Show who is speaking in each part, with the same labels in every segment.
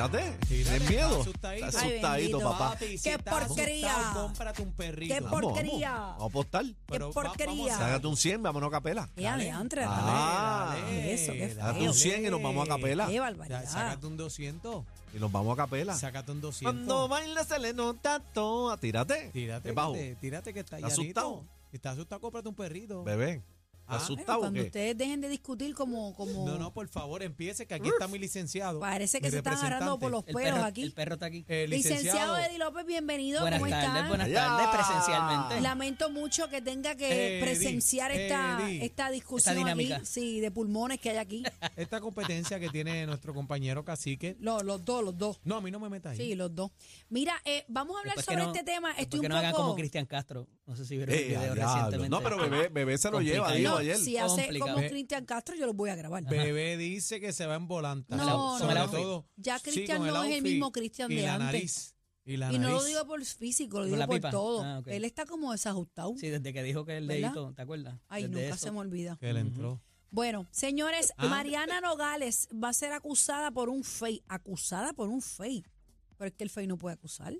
Speaker 1: Fíjate, tienes miedo. Está
Speaker 2: asustadito.
Speaker 1: asustadito,
Speaker 2: Ay,
Speaker 1: asustadito
Speaker 3: bendito.
Speaker 1: papá.
Speaker 2: Papi, si
Speaker 3: ¡Qué
Speaker 2: estás
Speaker 3: porquería!
Speaker 2: asustado, cómprate un perrito.
Speaker 3: ¡Qué
Speaker 1: Vamos, vamos.
Speaker 3: porquería!
Speaker 1: Vamos a apostar.
Speaker 2: Pero va-
Speaker 3: porquería!
Speaker 2: vamos a-
Speaker 1: Sácate un 100, vámonos a capela.
Speaker 3: Ya, Leandre,
Speaker 1: Ah,
Speaker 3: dale, eso, qué feo.
Speaker 1: Sácate un 100 y nos vamos a capela.
Speaker 3: Qué
Speaker 2: Ya,
Speaker 3: barbaridad.
Speaker 2: Sácate un 200.
Speaker 1: Y nos vamos a capela.
Speaker 2: Sácate un 200.
Speaker 1: Cuando baila se le nota todo. Tírate.
Speaker 2: Tírate,
Speaker 1: Es
Speaker 2: que
Speaker 1: bajo.
Speaker 2: te- tírate que está
Speaker 1: ¿Estás
Speaker 2: llanito.
Speaker 1: asustado?
Speaker 2: Si estás asustado, cómprate un perrito.
Speaker 1: Bebé.
Speaker 2: Ah,
Speaker 3: Bueno,
Speaker 1: ¿Asustado o
Speaker 3: cuando
Speaker 1: qué?
Speaker 3: ustedes dejen de discutir como, como
Speaker 2: No, no, por favor, empiece, que aquí está mi licenciado.
Speaker 3: parece
Speaker 2: mi
Speaker 3: que se están agarrando por los
Speaker 2: representante.
Speaker 3: pelos aquí.
Speaker 4: El perro está aquí.
Speaker 2: Eh,
Speaker 3: Licenciado
Speaker 2: licenciado.
Speaker 3: Eddie López, bienvenido,
Speaker 4: buenas
Speaker 3: ¿cómo
Speaker 4: tardes,
Speaker 3: está?
Speaker 4: buenas
Speaker 1: Allá.
Speaker 4: tardes, presencialmente.
Speaker 3: Lamento mucho que tenga que
Speaker 2: Eddie,
Speaker 3: presenciar esta,
Speaker 2: Eddie.
Speaker 3: esta discusión
Speaker 4: Esta dinámica.
Speaker 3: aquí, sí, de pulmones que hay aquí.
Speaker 2: Esta competencia que tiene nuestro compañero cacique.
Speaker 3: Los, los dos, los dos.
Speaker 2: No, a mí no me metas ahí.
Speaker 3: Sí, los dos. Mira, eh, vamos a hablar
Speaker 4: Después que
Speaker 3: sobre
Speaker 4: no-
Speaker 3: este tema.
Speaker 4: después
Speaker 3: Estoy
Speaker 4: que
Speaker 3: un
Speaker 4: no hagan
Speaker 3: poco...
Speaker 4: como Cristian Castro. No sé si vieron el
Speaker 1: Eh,
Speaker 4: video
Speaker 1: a diablo.
Speaker 4: recientemente.
Speaker 1: no, pero bebé, bebé se lo lleva,
Speaker 4: Complicado.
Speaker 1: dijo
Speaker 3: No,
Speaker 1: ayer.
Speaker 3: si hace
Speaker 4: Complicado.
Speaker 3: como
Speaker 2: Ve-
Speaker 3: Cristian Castro, yo los voy a grabar.
Speaker 2: Bebé dice que se va en volanta.
Speaker 3: No,
Speaker 4: no,
Speaker 2: sobre
Speaker 4: no.
Speaker 2: todo.
Speaker 3: Ya
Speaker 2: sí,
Speaker 3: Cristian
Speaker 2: con
Speaker 3: no es el
Speaker 2: outfit
Speaker 3: mismo Cristian
Speaker 2: y
Speaker 3: de
Speaker 2: la
Speaker 3: antes.
Speaker 2: Nariz, y la
Speaker 3: Y no lo
Speaker 2: nariz.
Speaker 3: digo por físico, lo
Speaker 4: Por
Speaker 3: digo
Speaker 4: la
Speaker 3: por
Speaker 4: pipa.
Speaker 3: todo.
Speaker 4: Ah, ok.
Speaker 3: Él está como desajustado.
Speaker 4: Sí, desde que dijo que el
Speaker 3: ¿Verdad?
Speaker 4: dedito, ¿te acuerdas?
Speaker 3: Ay,
Speaker 4: Desde
Speaker 3: nunca
Speaker 4: eso.
Speaker 3: se me olvida.
Speaker 2: que le entró.
Speaker 3: Bueno, señores,
Speaker 2: Ah.
Speaker 3: Mariana Nogales va a ser acusada por un fake. Acusada por un fake. Pero es que el fake no puede acusar.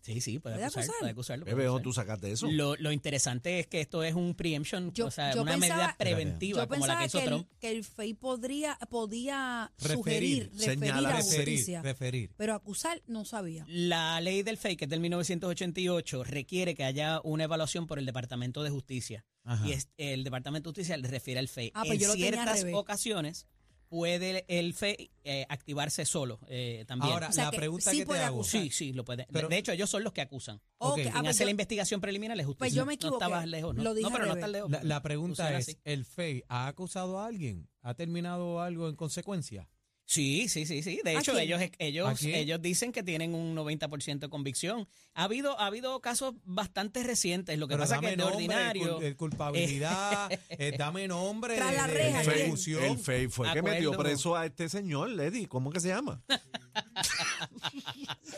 Speaker 4: Sí, sí, puede
Speaker 3: ¿Puede
Speaker 4: acusar,
Speaker 3: acusar?
Speaker 4: puede acusarlo. puede
Speaker 1: Bebé, ¿dónde tú
Speaker 4: acusar.
Speaker 1: sacaste eso?
Speaker 4: Lo, lo interesante es que esto es un preemption,
Speaker 3: Yo-
Speaker 4: o sea,
Speaker 3: yo
Speaker 4: una
Speaker 3: pensaba-
Speaker 4: medida
Speaker 3: Yo
Speaker 4: preventiva como la
Speaker 3: pensaba
Speaker 4: que
Speaker 3: que,
Speaker 4: hizo
Speaker 3: el,
Speaker 4: Trump.
Speaker 3: que el fake podría, podía
Speaker 2: Referir,
Speaker 3: sugerir, referir
Speaker 1: señalar,
Speaker 3: a
Speaker 2: Referir,
Speaker 3: justicia.
Speaker 2: referir.
Speaker 3: Pero acusar no sabía.
Speaker 4: La ley del fake, que es del 1988, requiere que haya una evaluación por el Departamento de Justicia.
Speaker 2: Ajá.
Speaker 4: y es- el Departamento de Justicia le refiere al FEI.
Speaker 3: Ah, pues
Speaker 4: en
Speaker 3: yo lo tenía al
Speaker 4: ciertas
Speaker 3: revés.
Speaker 4: ocasiones puede el FEI eh, activarse solo eh, también.
Speaker 2: Ahora,
Speaker 3: O sea,
Speaker 2: la
Speaker 3: que
Speaker 2: pregunta
Speaker 3: sí
Speaker 2: que
Speaker 3: puede
Speaker 2: te hago.
Speaker 3: acusar.
Speaker 4: sí, sí, lo puede.
Speaker 2: Pero-
Speaker 4: de hecho, ellos son los que acusan.
Speaker 2: Ok.
Speaker 3: Ok, ah,
Speaker 4: en
Speaker 3: pues
Speaker 4: hacer
Speaker 3: yo-
Speaker 4: la investigación preliminar es justicia.
Speaker 3: pues yo me
Speaker 4: no
Speaker 3: equivoqué.
Speaker 4: estabas lejos. No,
Speaker 3: Lo dije
Speaker 4: No, pero
Speaker 3: al
Speaker 4: no
Speaker 3: revés.
Speaker 4: estás lejos.
Speaker 2: La, la
Speaker 4: Funciona
Speaker 2: pregunta es,
Speaker 4: así.
Speaker 2: ¿el FEI ha acusado a alguien? ¿Ha terminado algo en consecuencia?
Speaker 4: Sí, sí, sí, sí. De
Speaker 3: ¿A
Speaker 4: hecho,
Speaker 3: quién?
Speaker 4: ellos,
Speaker 2: ¿A
Speaker 4: ellos,
Speaker 2: quién?
Speaker 4: ellos dicen que tienen un 90% de convicción. Ha habido, ha habido casos bastante recientes. Lo que
Speaker 2: Pero
Speaker 4: pasa es
Speaker 2: dame
Speaker 4: que de
Speaker 2: nombre,
Speaker 4: ordinario.
Speaker 2: cul- eh, culpabilidad, eh, dame nombre.
Speaker 3: Tras
Speaker 2: de-
Speaker 3: las
Speaker 2: de-
Speaker 3: rejas,
Speaker 2: de
Speaker 3: ¿quién?
Speaker 2: ejecución.
Speaker 1: El fake fue que
Speaker 4: Acuerdo.
Speaker 1: metió preso a este señor, Lady. ¿Cómo que se llama?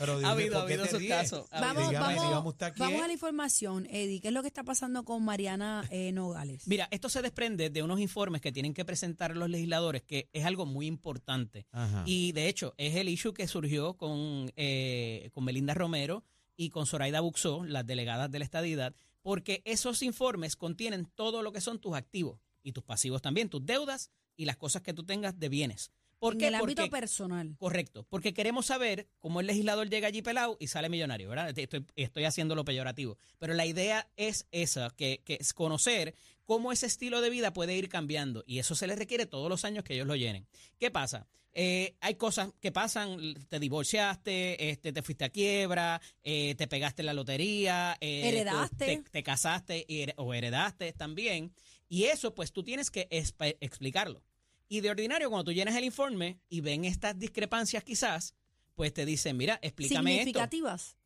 Speaker 2: Pero dime,
Speaker 4: Ha habido,
Speaker 2: ¿por
Speaker 4: ha
Speaker 2: qué
Speaker 4: habido
Speaker 2: te
Speaker 4: esos
Speaker 2: ríes?
Speaker 4: casos. ha habido
Speaker 3: Vamos,
Speaker 4: esos
Speaker 2: Dígame,
Speaker 3: vamos,
Speaker 2: dígame usted quién.
Speaker 3: vamos a la información, Eddie. ¿Qué es lo que está pasando con Mariana eh, Nogales?
Speaker 4: Mira, esto se desprende de unos informes que tienen que presentar los legisladores, que es algo muy importante.
Speaker 2: Ajá.
Speaker 4: Y de hecho, es el issue que surgió con, eh, con Belinda Romero y con Zoraida Buxó, las delegadas de la estadidad, porque esos informes contienen todo lo que son tus activos y tus pasivos también, tus deudas y las cosas que tú tengas de bienes. ¿Por
Speaker 3: en
Speaker 4: qué?
Speaker 3: el ámbito
Speaker 4: Porque-
Speaker 3: personal.
Speaker 4: Correcto, porque queremos saber cómo el legislador llega allí pelado y sale millonario, ¿verdad? Este, Estoy, estoy haciendo lo peyorativo, pero la idea es esa, que, que es conocer cómo ese estilo de vida puede ir cambiando y eso se les requiere todos los años que ellos lo llenen. ¿Qué pasa? Eh, hay cosas que pasan, te divorciaste, este, te fuiste a quiebra, eh, te pegaste en la lotería, eh,
Speaker 3: Heredaste.
Speaker 4: te, te casaste y her- o heredaste también y eso pues tú tienes que espe- explicarlo. Y de ordinario, cuando tú llenas el informe y ven estas discrepancias quizás, pues te dicen, mira, explícame esto.
Speaker 3: Significativas.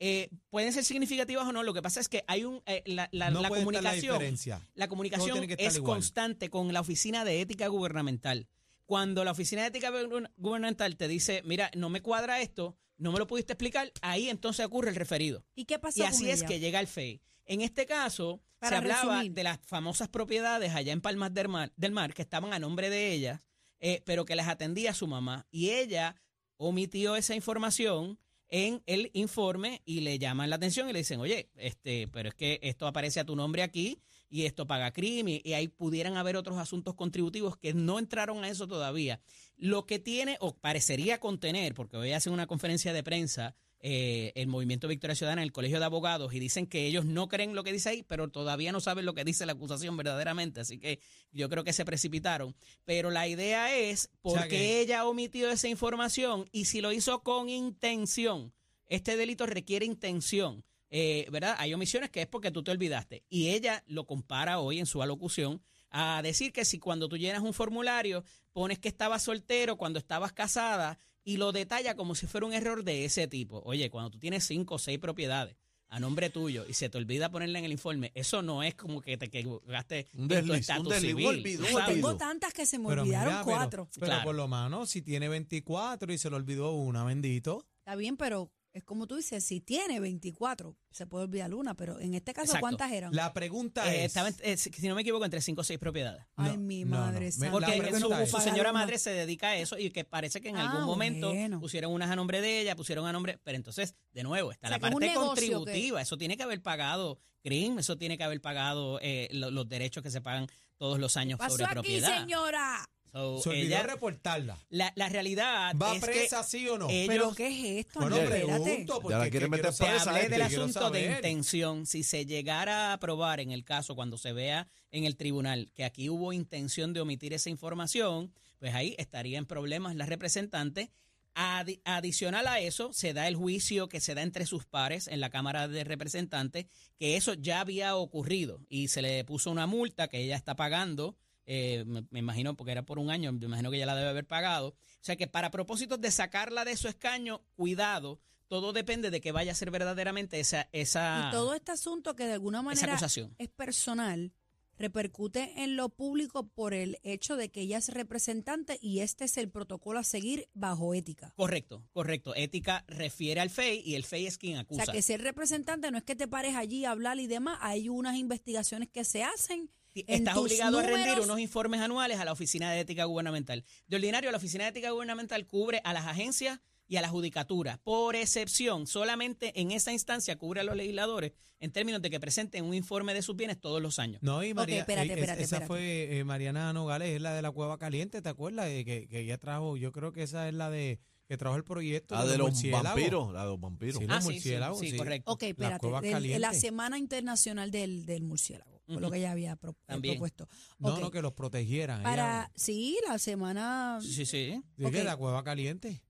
Speaker 4: Eh, pueden ser significativas o no, lo que pasa es que hay un, eh, la, la-
Speaker 2: no
Speaker 4: la
Speaker 2: puede estar la
Speaker 4: comunicación, la,
Speaker 2: diferencia. Todo
Speaker 4: comunicación
Speaker 2: tiene que estar
Speaker 4: es
Speaker 2: igual.
Speaker 4: constante con la Oficina de Ética Gubernamental. Cuando la Oficina de Ética Guberna- Gubernamental te dice, mira, no me cuadra esto, no me lo pudiste explicar, ahí entonces ocurre el referido.
Speaker 3: ¿Y qué pasó
Speaker 4: Y
Speaker 3: con
Speaker 4: así es
Speaker 3: ella?
Speaker 4: que llega el FEI. En este caso,
Speaker 3: Para
Speaker 4: se hablaba
Speaker 3: resumir.
Speaker 4: de las famosas propiedades allá en Palmas del Mar, del Mar que estaban a nombre de ellas, eh, pero que las atendía su mamá. Y ella omitió esa información en el informe y le llaman la atención y le dicen, oye, este, pero es que esto aparece a tu nombre aquí y esto paga crimen y ahí pudieran haber otros asuntos contributivos que no entraron a eso todavía. Lo que tiene o parecería contener, porque hoy hacen una conferencia de prensa eh, el Movimiento Victoria Ciudadana en el Colegio de Abogados y dicen que ellos no creen lo que dice ahí, pero todavía no saben lo que dice la acusación verdaderamente, así que yo creo que se precipitaron. Pero la idea es
Speaker 2: sea
Speaker 4: porque
Speaker 2: que-
Speaker 4: ella omitió esa información y si lo hizo con intención, este delito requiere intención. eh, ¿Verdad? Hay omisiones que es porque tú te olvidaste. Y ella lo compara hoy en su alocución a decir que si cuando tú llenas un formulario pones que estabas soltero cuando estabas casada y lo detalla como si fuera un error de ese tipo. Oye, cuando tú tienes cinco o seis propiedades a nombre tuyo y se te olvida ponerla en el informe, eso no es como que te equivocaste
Speaker 1: Un
Speaker 4: en tu
Speaker 1: desliz, un
Speaker 4: estatus
Speaker 1: desliz, un
Speaker 4: civil,
Speaker 1: olvido, un
Speaker 3: Ay,
Speaker 4: ¿sabes?
Speaker 3: tengo
Speaker 1: olvido.
Speaker 3: tantas que se me
Speaker 2: Pero
Speaker 3: olvidaron
Speaker 2: mira, pero-
Speaker 3: cuatro.
Speaker 2: Pero,
Speaker 4: Claro.
Speaker 2: por lo menos, si tiene 24 y se le olvidó una, bendito.
Speaker 3: Está bien, pero Es como tú dices, si tiene 24, se puede olvidar una, pero en este caso,
Speaker 4: Exacto.
Speaker 3: ¿cuántas eran?
Speaker 2: La pregunta
Speaker 4: Eh,
Speaker 2: es.
Speaker 4: estaba en- eh, si si no me equivoco, entre 5 o 6 propiedades.
Speaker 3: Ay,
Speaker 2: No,
Speaker 3: mi
Speaker 2: no, no.
Speaker 3: madre
Speaker 2: Me-
Speaker 3: santa.
Speaker 2: La
Speaker 4: Porque
Speaker 2: pregunta
Speaker 4: su,
Speaker 2: es-
Speaker 4: su señora madre se dedica a eso y que parece que en
Speaker 3: Ah,
Speaker 4: algún momento
Speaker 3: bueno.
Speaker 4: pusieron unas a nombre de ella, pusieron a nombre, pero entonces, de nuevo, está
Speaker 3: O
Speaker 4: la
Speaker 3: sea, que es un
Speaker 4: parte
Speaker 3: negocio que-
Speaker 4: contributiva, eso tiene que haber pagado CRIM, eso tiene que haber pagado eh, lo- los derechos que se pagan todos los años
Speaker 3: Pasó
Speaker 4: sobre
Speaker 3: aquí,
Speaker 4: propiedad.
Speaker 3: señora.
Speaker 4: So,
Speaker 2: Se olvidó
Speaker 4: ella-
Speaker 2: reportarla.
Speaker 4: la, la realidad
Speaker 2: ¿Va
Speaker 4: Ah, es
Speaker 2: presa
Speaker 4: que
Speaker 2: sí o no?
Speaker 4: ellos-
Speaker 3: ¿Pero qué es esto?
Speaker 2: bueno,
Speaker 3: Andrés? eh, Espérate.
Speaker 2: pregunto. Porque
Speaker 1: Ya la
Speaker 2: es que
Speaker 1: quieren
Speaker 2: quiero
Speaker 1: meter
Speaker 4: te
Speaker 1: presa,
Speaker 2: saber,
Speaker 4: hablé del
Speaker 1: quiero
Speaker 4: asunto de
Speaker 2: saber.
Speaker 4: intención. Si se llegara a probar en el caso, cuando se vea en el tribunal, que aquí hubo intención de omitir esa información, pues ahí estaría en problemas la representante. Adi- adicional a eso, se da el juicio que se da entre sus pares en la Cámara de Representantes, que eso ya había ocurrido y se le puso una multa que ella está pagando. eh, me, me imagino, porque era por un año, me imagino que ella la debe haber pagado. O sea que para propósitos de sacarla de su escaño, cuidado, todo depende de que vaya a ser verdaderamente esa, esa,
Speaker 3: Y todo este asunto que de alguna
Speaker 4: Ah. esa
Speaker 3: manera
Speaker 4: acusación.
Speaker 3: es personal, repercute en lo público por el hecho de que ella es representante y este es el protocolo a seguir bajo ética.
Speaker 4: Correcto, correcto. Ética refiere al FEI y el FEI es quien acusa.
Speaker 3: O sea, que ser representante no es que te pares allí a hablar y demás. Hay unas investigaciones que se hacen.
Speaker 4: Ti-
Speaker 3: en
Speaker 4: Estás
Speaker 3: tus
Speaker 4: obligado a rendir
Speaker 3: números-
Speaker 4: unos informes anuales a la Oficina de Ética Gubernamental. De ordinario, la Oficina de Ética Gubernamental cubre a las agencias y a la judicatura. Por excepción, solamente en esa instancia cubre a los legisladores en términos de que presenten un informe de sus bienes todos los años.
Speaker 2: No, y María,
Speaker 3: espérate,
Speaker 2: eh, es-
Speaker 3: espérate,
Speaker 2: esa
Speaker 3: espérate.
Speaker 2: fue eh, Mariana Nogales, es la de la Cueva Caliente, ¿te acuerdas? Eh, que, que ella trajo, yo creo que esa es la de que trajo el proyecto
Speaker 1: La de los
Speaker 2: murciélagos.
Speaker 1: vampiros. La de los vampiros.
Speaker 2: Sí,
Speaker 4: Ah,
Speaker 2: los
Speaker 4: sí, sí,
Speaker 2: murciélagos,
Speaker 4: sí,
Speaker 2: sí.
Speaker 4: correcto.
Speaker 3: Ok, espérate.
Speaker 2: cueva
Speaker 3: del- de la
Speaker 2: caliente.
Speaker 3: Semana Internacional del, del Murciélago, fue lo
Speaker 4: Ujú.
Speaker 3: que ella había pro- eh,
Speaker 4: También.
Speaker 3: propuesto.
Speaker 2: No,
Speaker 3: Ok,
Speaker 2: no, que los protegieran.
Speaker 3: Para, sí, la semana
Speaker 4: Sí, sí.
Speaker 2: ella- Dije,
Speaker 3: ok.
Speaker 2: la Cueva Caliente.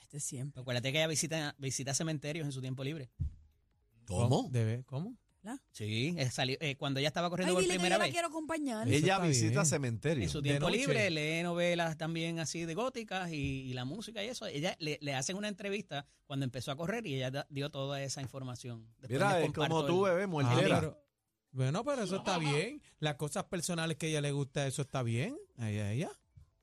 Speaker 3: este siempre.
Speaker 4: Acuérdate que ella visita, visita cementerios en su tiempo libre.
Speaker 1: ¿Cómo?
Speaker 2: Debe, ¿Cómo?
Speaker 4: Sí, eh, salió, eh, cuando ella estaba corriendo
Speaker 3: Ay,
Speaker 4: por
Speaker 3: dile que
Speaker 4: primera
Speaker 3: yo la
Speaker 4: vez.
Speaker 3: quiero acompañar.
Speaker 2: Eh,
Speaker 1: Ella
Speaker 2: está
Speaker 1: visita
Speaker 2: bien.
Speaker 4: En
Speaker 1: cementerios.
Speaker 4: su
Speaker 2: De
Speaker 4: tiempo
Speaker 2: noche.
Speaker 4: libre lee novelas también así de góticas y, y la música y eso. Ella le, le hacen una entrevista cuando empezó a correr y ella da- dio toda esa información. Después
Speaker 1: Mira,
Speaker 4: les
Speaker 1: es
Speaker 4: comparto
Speaker 1: como tú, eh,
Speaker 4: el-
Speaker 1: bebé,
Speaker 2: Ah,
Speaker 1: muertera.
Speaker 2: pero- bueno, pero eso está bien. Las cosas personales que a ella le gusta, eso está bien. A ella, a ella.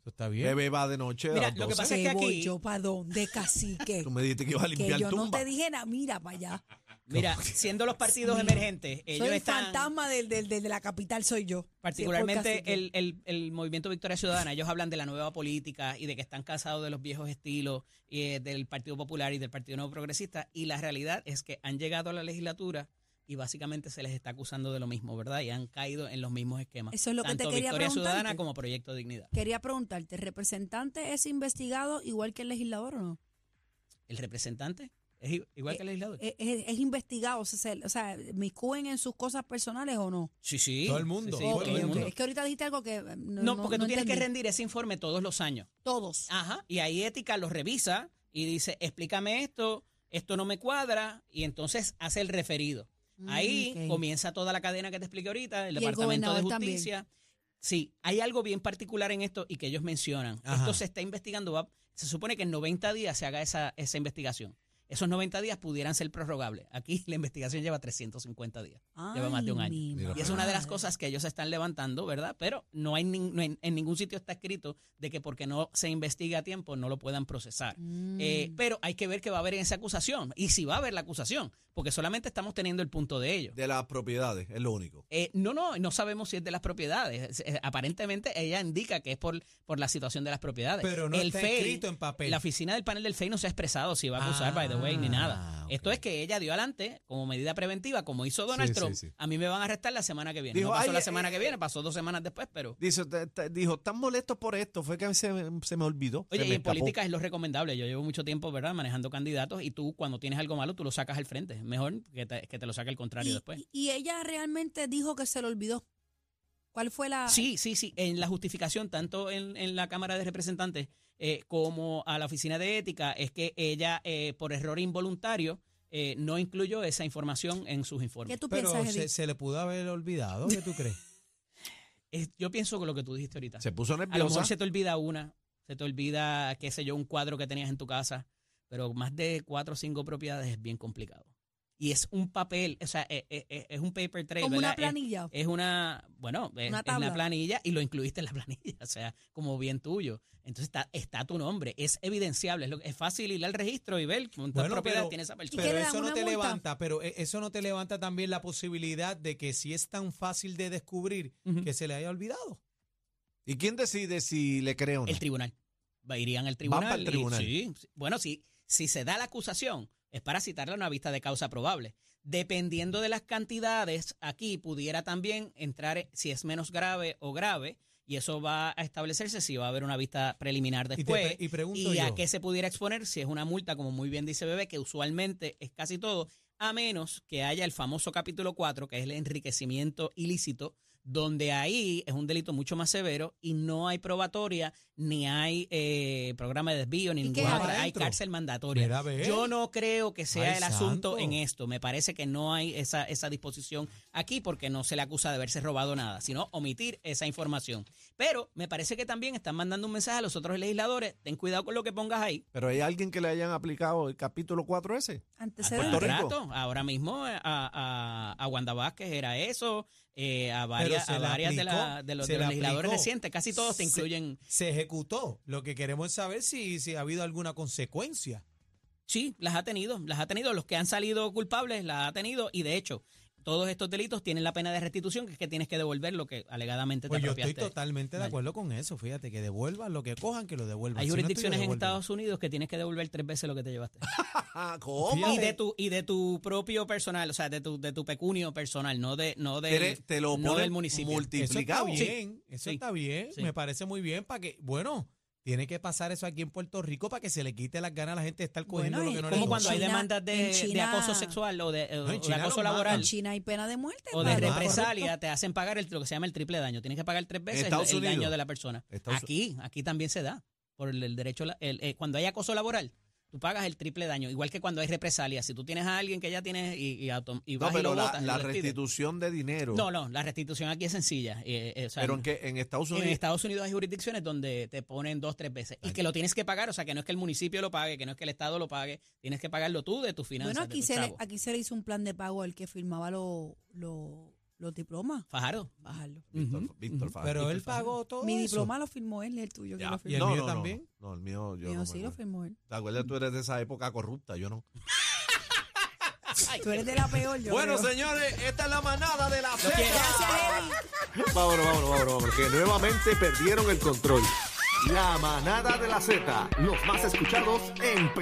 Speaker 2: Eso está bien.
Speaker 1: Bebé va de noche
Speaker 4: Mira,
Speaker 1: a las
Speaker 4: lo que
Speaker 1: 12.
Speaker 4: pasa es
Speaker 3: ¿Qué
Speaker 4: que
Speaker 3: voy
Speaker 4: aquí-
Speaker 3: yo para dónde, cacique?
Speaker 1: Tú me dijiste que ibas a
Speaker 3: que
Speaker 1: limpiar
Speaker 3: yo no
Speaker 1: tumba.
Speaker 3: te dije nada, mira para allá.
Speaker 4: Mira, siendo los partidos emergentes, ellos
Speaker 3: soy el
Speaker 4: están...
Speaker 3: fantasma del, del- del- de la capital, soy yo. Sí,
Speaker 4: Particularmente
Speaker 3: por
Speaker 4: el, el- el movimiento Victoria Ciudadana, ellos hablan de la nueva política y de que están cansados de los viejos estilos eh, del Partido Popular y del Partido Nuevo Progresista. Y la realidad es que han llegado a la legislatura y básicamente se les está acusando de lo mismo, ¿verdad? Y han caído en los mismos esquemas.
Speaker 3: Eso es lo que te
Speaker 4: tanto
Speaker 3: quería
Speaker 4: Victoria Ciudadana
Speaker 3: preguntarte.
Speaker 4: como Proyecto Dignidad.
Speaker 3: Quería preguntarte, ¿el representante es investigado igual que el legislador o no?
Speaker 4: El representante es i- igual
Speaker 3: Eh,
Speaker 4: que el legislador.
Speaker 3: ¿Es, es- es investigado? O sea, se- o sea, ¿miscúen en sus cosas personales o no?
Speaker 4: sí, sí.
Speaker 2: todo el mundo,
Speaker 4: Sí, sí,
Speaker 2: todo
Speaker 3: Ok,
Speaker 4: todo el
Speaker 3: ok.
Speaker 4: mundo.
Speaker 3: Es que ahorita dijiste algo que eh, no,
Speaker 4: No, porque tú tienes que Ah,
Speaker 3: entendí.
Speaker 4: rendir ese informe todos los años.
Speaker 3: Todos.
Speaker 4: Ajá. Y ahí ética los revisa y dice, explícame esto, esto no me cuadra, y entonces hace el referido. Ahí
Speaker 3: Mm, ok.
Speaker 4: comienza toda la cadena que te expliqué ahorita, el
Speaker 3: Y el
Speaker 4: Departamento de
Speaker 3: gobernador también.
Speaker 4: Justicia. Sí, hay algo bien particular en esto y que ellos mencionan.
Speaker 2: Ajá.
Speaker 4: Esto se está investigando, va- se supone que en 90 días se haga esa, esa investigación. Esos 90 días pudieran ser prorrogables. Aquí la investigación lleva 350 días. lleva más de un
Speaker 3: Ay,
Speaker 4: año.
Speaker 3: mi
Speaker 1: Mira,
Speaker 4: Y es una de las
Speaker 3: madre.
Speaker 4: cosas que ellos están levantando, ¿verdad? Pero no hay nin- no hay- en ningún sitio está escrito de que porque no se investiga a tiempo no lo puedan procesar.
Speaker 3: Mm.
Speaker 4: Eh, pero hay que ver qué va a haber en esa acusación y si va a haber la acusación, porque solamente estamos teniendo el punto de ello.
Speaker 1: De las propiedades, es lo único.
Speaker 4: Eh, no, no, no sabemos si es de las propiedades. Eh, aparentemente ella indica que es por, por la situación de las propiedades.
Speaker 2: Pero no
Speaker 4: el
Speaker 2: está
Speaker 4: FEI,
Speaker 2: escrito en papel.
Speaker 4: La oficina del panel del FEI no se ha expresado si va a acusar,
Speaker 2: Ah,
Speaker 4: by the way, ni nada.
Speaker 2: ok.
Speaker 4: Esto es que ella dio adelante como medida preventiva, como hizo Donald
Speaker 1: Sí, sí,
Speaker 4: Trump.
Speaker 1: sí.
Speaker 4: A mí me van a arrestar la semana que viene.
Speaker 1: Dijo,
Speaker 4: no pasó
Speaker 1: "Ay,
Speaker 4: la
Speaker 1: eh,
Speaker 4: semana que
Speaker 1: eh,
Speaker 4: viene, pasó dos semanas después, pero.
Speaker 1: Dice, te- te- dijo, tan molesto por esto, fue que se, me- se me olvidó.
Speaker 4: Oye,
Speaker 1: se me
Speaker 4: y en
Speaker 1: escapó".
Speaker 4: política es lo recomendable. Yo llevo mucho tiempo, ¿verdad?, manejando candidatos y tú, cuando tienes algo malo, tú lo sacas al frente. Mejor que te, que te lo saque el contrario
Speaker 3: y,
Speaker 4: después.
Speaker 3: y- y ella realmente dijo que se le olvidó. ¿Cuál fue la...?
Speaker 4: Sí, sí, sí. En la justificación, tanto en, en la Cámara de Representantes eh, como a la Oficina de Ética, es que ella, eh, por error involuntario, eh, no incluyó esa información en sus
Speaker 3: ¿Qué
Speaker 4: informes.
Speaker 3: tú
Speaker 2: Pero
Speaker 3: piensas,
Speaker 2: se,
Speaker 3: Edith?
Speaker 2: se le pudo haber olvidado, ¿qué tú crees?
Speaker 4: Es- yo pienso que lo que tú dijiste ahorita.
Speaker 1: Se puso
Speaker 4: a lo
Speaker 1: nerviosa.
Speaker 4: mejor se te olvida una, se te olvida, qué sé yo, un cuadro que tenías en tu casa, pero más de cuatro o cinco propiedades es bien complicado. y es un papel, o sea, eh, eh, eh, es, un paper trail,
Speaker 3: Como una
Speaker 4: ¿verdad? Es-
Speaker 3: planilla.
Speaker 4: es una, bueno, eh, es es
Speaker 3: Una
Speaker 4: una,
Speaker 3: tabla.
Speaker 4: planilla y lo incluiste en la planilla, o sea, como bien tuyo. Entonces está, está tu nombre, es evidenciable, es, lo- es fácil ir al registro y ver cuántas
Speaker 2: Bueno,
Speaker 4: propiedades
Speaker 2: pero-
Speaker 4: tiene esa persona.
Speaker 3: qué
Speaker 2: Pero
Speaker 3: le dan?
Speaker 2: eso no
Speaker 3: ¿Una
Speaker 2: te
Speaker 3: multa?
Speaker 2: levanta, pero eh, eso no te levanta también la posibilidad de que si es tan fácil de descubrir
Speaker 4: Ujú.
Speaker 2: que se le haya olvidado.
Speaker 1: ¿Y quién decide si le creo o no?
Speaker 4: El tribunal. Va- Irían al
Speaker 1: Van
Speaker 4: tribunal.
Speaker 1: para el
Speaker 4: y-
Speaker 1: tribunal.
Speaker 4: sí, sí. bueno, si, si se da la acusación, es para citarla a una vista de causa probable. Dependiendo de las cantidades, aquí pudiera también entrar eh, si es menos grave o grave, y eso va a establecerse si va a haber una vista preliminar
Speaker 2: Y, te pre-
Speaker 4: después.
Speaker 2: y pregunto
Speaker 4: y a
Speaker 2: yo,
Speaker 4: qué se pudiera exponer si es una multa, como muy bien dice Bebé, que usualmente es casi todo, a menos que haya el famoso capítulo 4, que es el enriquecimiento ilícito, donde ahí es un delito mucho más severo y no hay probatoria, ni hay eh, programa de desvío, ni
Speaker 3: ¿Y qué
Speaker 4: ninguna
Speaker 3: hay?
Speaker 4: otra. Hay
Speaker 2: Adentro.
Speaker 4: cárcel mandatoria.
Speaker 2: mira, ve,
Speaker 4: Yo no creo que sea
Speaker 2: Ay,
Speaker 4: el asunto
Speaker 2: santo.
Speaker 4: en esto. Me parece que no hay esa, esa disposición aquí porque no se le acusa de haberse robado nada, sino omitir esa información. Pero me parece que también están mandando un mensaje a los otros legisladores. Ten cuidado con lo que pongas ahí.
Speaker 1: Pero hay alguien que le hayan aplicado el capítulo 4 ese.
Speaker 3: Antecedentes.
Speaker 1: Puerto Rico.
Speaker 4: Contrato. Ahora mismo a, a, a Wanda Vázquez era eso, eh, a varias,
Speaker 2: se
Speaker 4: a
Speaker 2: la
Speaker 4: varias de,
Speaker 2: aplicó,
Speaker 4: la- de los,
Speaker 2: se
Speaker 4: de los
Speaker 2: la
Speaker 4: legisladores
Speaker 2: aplicó.
Speaker 4: recientes. Casi todos te
Speaker 2: Se-
Speaker 4: incluyen.
Speaker 2: se ejecutó. Lo que queremos es saber si, si ha habido alguna consecuencia.
Speaker 4: Sí, las ha tenido, las ha tenido. Los que han salido culpables las ha tenido y de hecho todos estos delitos tienen la pena de restitución, que es que tienes que devolver lo que alegadamente
Speaker 2: Pues
Speaker 4: te
Speaker 2: yo estoy
Speaker 4: apropiaste.
Speaker 2: totalmente de
Speaker 4: Vale.
Speaker 2: acuerdo con eso. Fíjate, que devuelvan lo que cojan, que lo devuelvan.
Speaker 4: Hay
Speaker 2: Si no, tú
Speaker 4: jurisdicciones en
Speaker 2: devuélvelo.
Speaker 4: Estados Unidos que tienes que devolver tres veces lo que te llevaste. Ah,
Speaker 1: ¿Cómo?
Speaker 4: Y de tu y de tu propio personal, o sea, de tu de tu pecunio personal, no de no
Speaker 1: Te,
Speaker 4: de
Speaker 1: te lo
Speaker 4: no
Speaker 1: pone
Speaker 4: del municipio.
Speaker 2: Eso está
Speaker 1: multiplicado.
Speaker 2: bien, eso
Speaker 4: Sí.
Speaker 2: está bien.
Speaker 4: Sí.
Speaker 2: Me parece muy bien para que, bueno, tiene que pasar eso aquí en Puerto Rico para que se le quite las ganas a la gente de estar cogiendo lo
Speaker 3: Bueno, y
Speaker 2: que no le
Speaker 4: como
Speaker 2: gusta.
Speaker 3: En
Speaker 4: cuando hay
Speaker 3: China-
Speaker 4: demandas de,
Speaker 3: en
Speaker 4: de
Speaker 3: China-
Speaker 4: acoso sexual o de, o
Speaker 2: en
Speaker 4: de
Speaker 2: China
Speaker 4: acoso
Speaker 2: los
Speaker 4: laboral
Speaker 3: En China hay pena de muerte.
Speaker 4: o de
Speaker 2: matan.
Speaker 3: para
Speaker 4: represalia, te hacen pagar el, lo que se llama el triple daño. Tienes que pagar tres veces el-
Speaker 1: Estados
Speaker 4: el daño
Speaker 1: Unidos.
Speaker 4: de la persona.
Speaker 1: Estados-
Speaker 4: Aquí, aquí también se da por el, el derecho, la- el- eh, cuando hay acoso laboral, tú pagas el triple daño, igual que cuando hay represalias. Si tú tienes a alguien que ya tienes y, y, autom- y
Speaker 1: No,
Speaker 4: vas y
Speaker 1: pero
Speaker 4: lo
Speaker 1: la,
Speaker 4: botas,
Speaker 1: la
Speaker 4: lo despides.
Speaker 1: restitución de dinero.
Speaker 4: No, no, la restitución aquí es sencilla. eh, eh, o sea,
Speaker 1: pero en, que, en Estados
Speaker 4: en
Speaker 1: Unidos.
Speaker 4: Estados Unidos hay jurisdicciones donde te ponen dos, tres veces y que lo tienes que pagar, o sea, que no es que el municipio lo pague, que no es que el Estado lo pague, tienes que pagarlo tú de tus finanzas.
Speaker 3: Bueno,
Speaker 4: de
Speaker 3: aquí
Speaker 4: tus
Speaker 3: se, le,
Speaker 4: chavos.
Speaker 3: aquí se le hizo un plan de pago al que firmaba lo- lo- los diplomas.
Speaker 4: Fajardo.
Speaker 3: Bajarlo.
Speaker 1: Víctor,
Speaker 4: Ujú,
Speaker 1: Víctor
Speaker 4: ujú.
Speaker 1: Fajardo.
Speaker 2: Pero
Speaker 4: Ay,
Speaker 2: él
Speaker 4: por favor.
Speaker 2: pagó todo.
Speaker 3: Mi
Speaker 2: eso.
Speaker 3: diploma lo firmó él, el tuyo yo
Speaker 1: Ya.
Speaker 3: lo
Speaker 2: ¿Y el
Speaker 3: firmé.
Speaker 1: no,
Speaker 2: mío
Speaker 1: no, no,
Speaker 2: también?
Speaker 1: No, el mío yo
Speaker 3: Mío
Speaker 1: no me
Speaker 3: sí lo
Speaker 1: acuerdo.
Speaker 3: firmó él.
Speaker 1: ¿Te acuerdas? Tú eres de esa época corrupta, yo no.
Speaker 3: Tú eres de la peor, yo
Speaker 1: bueno,
Speaker 3: creo.
Speaker 1: señores, esta es la manada de la Z.
Speaker 3: Gracias, Eddie.
Speaker 5: Vámonos, vámonos, vámonos, vámonos, que nuevamente perdieron el control. La manada de la Z, los más escuchados en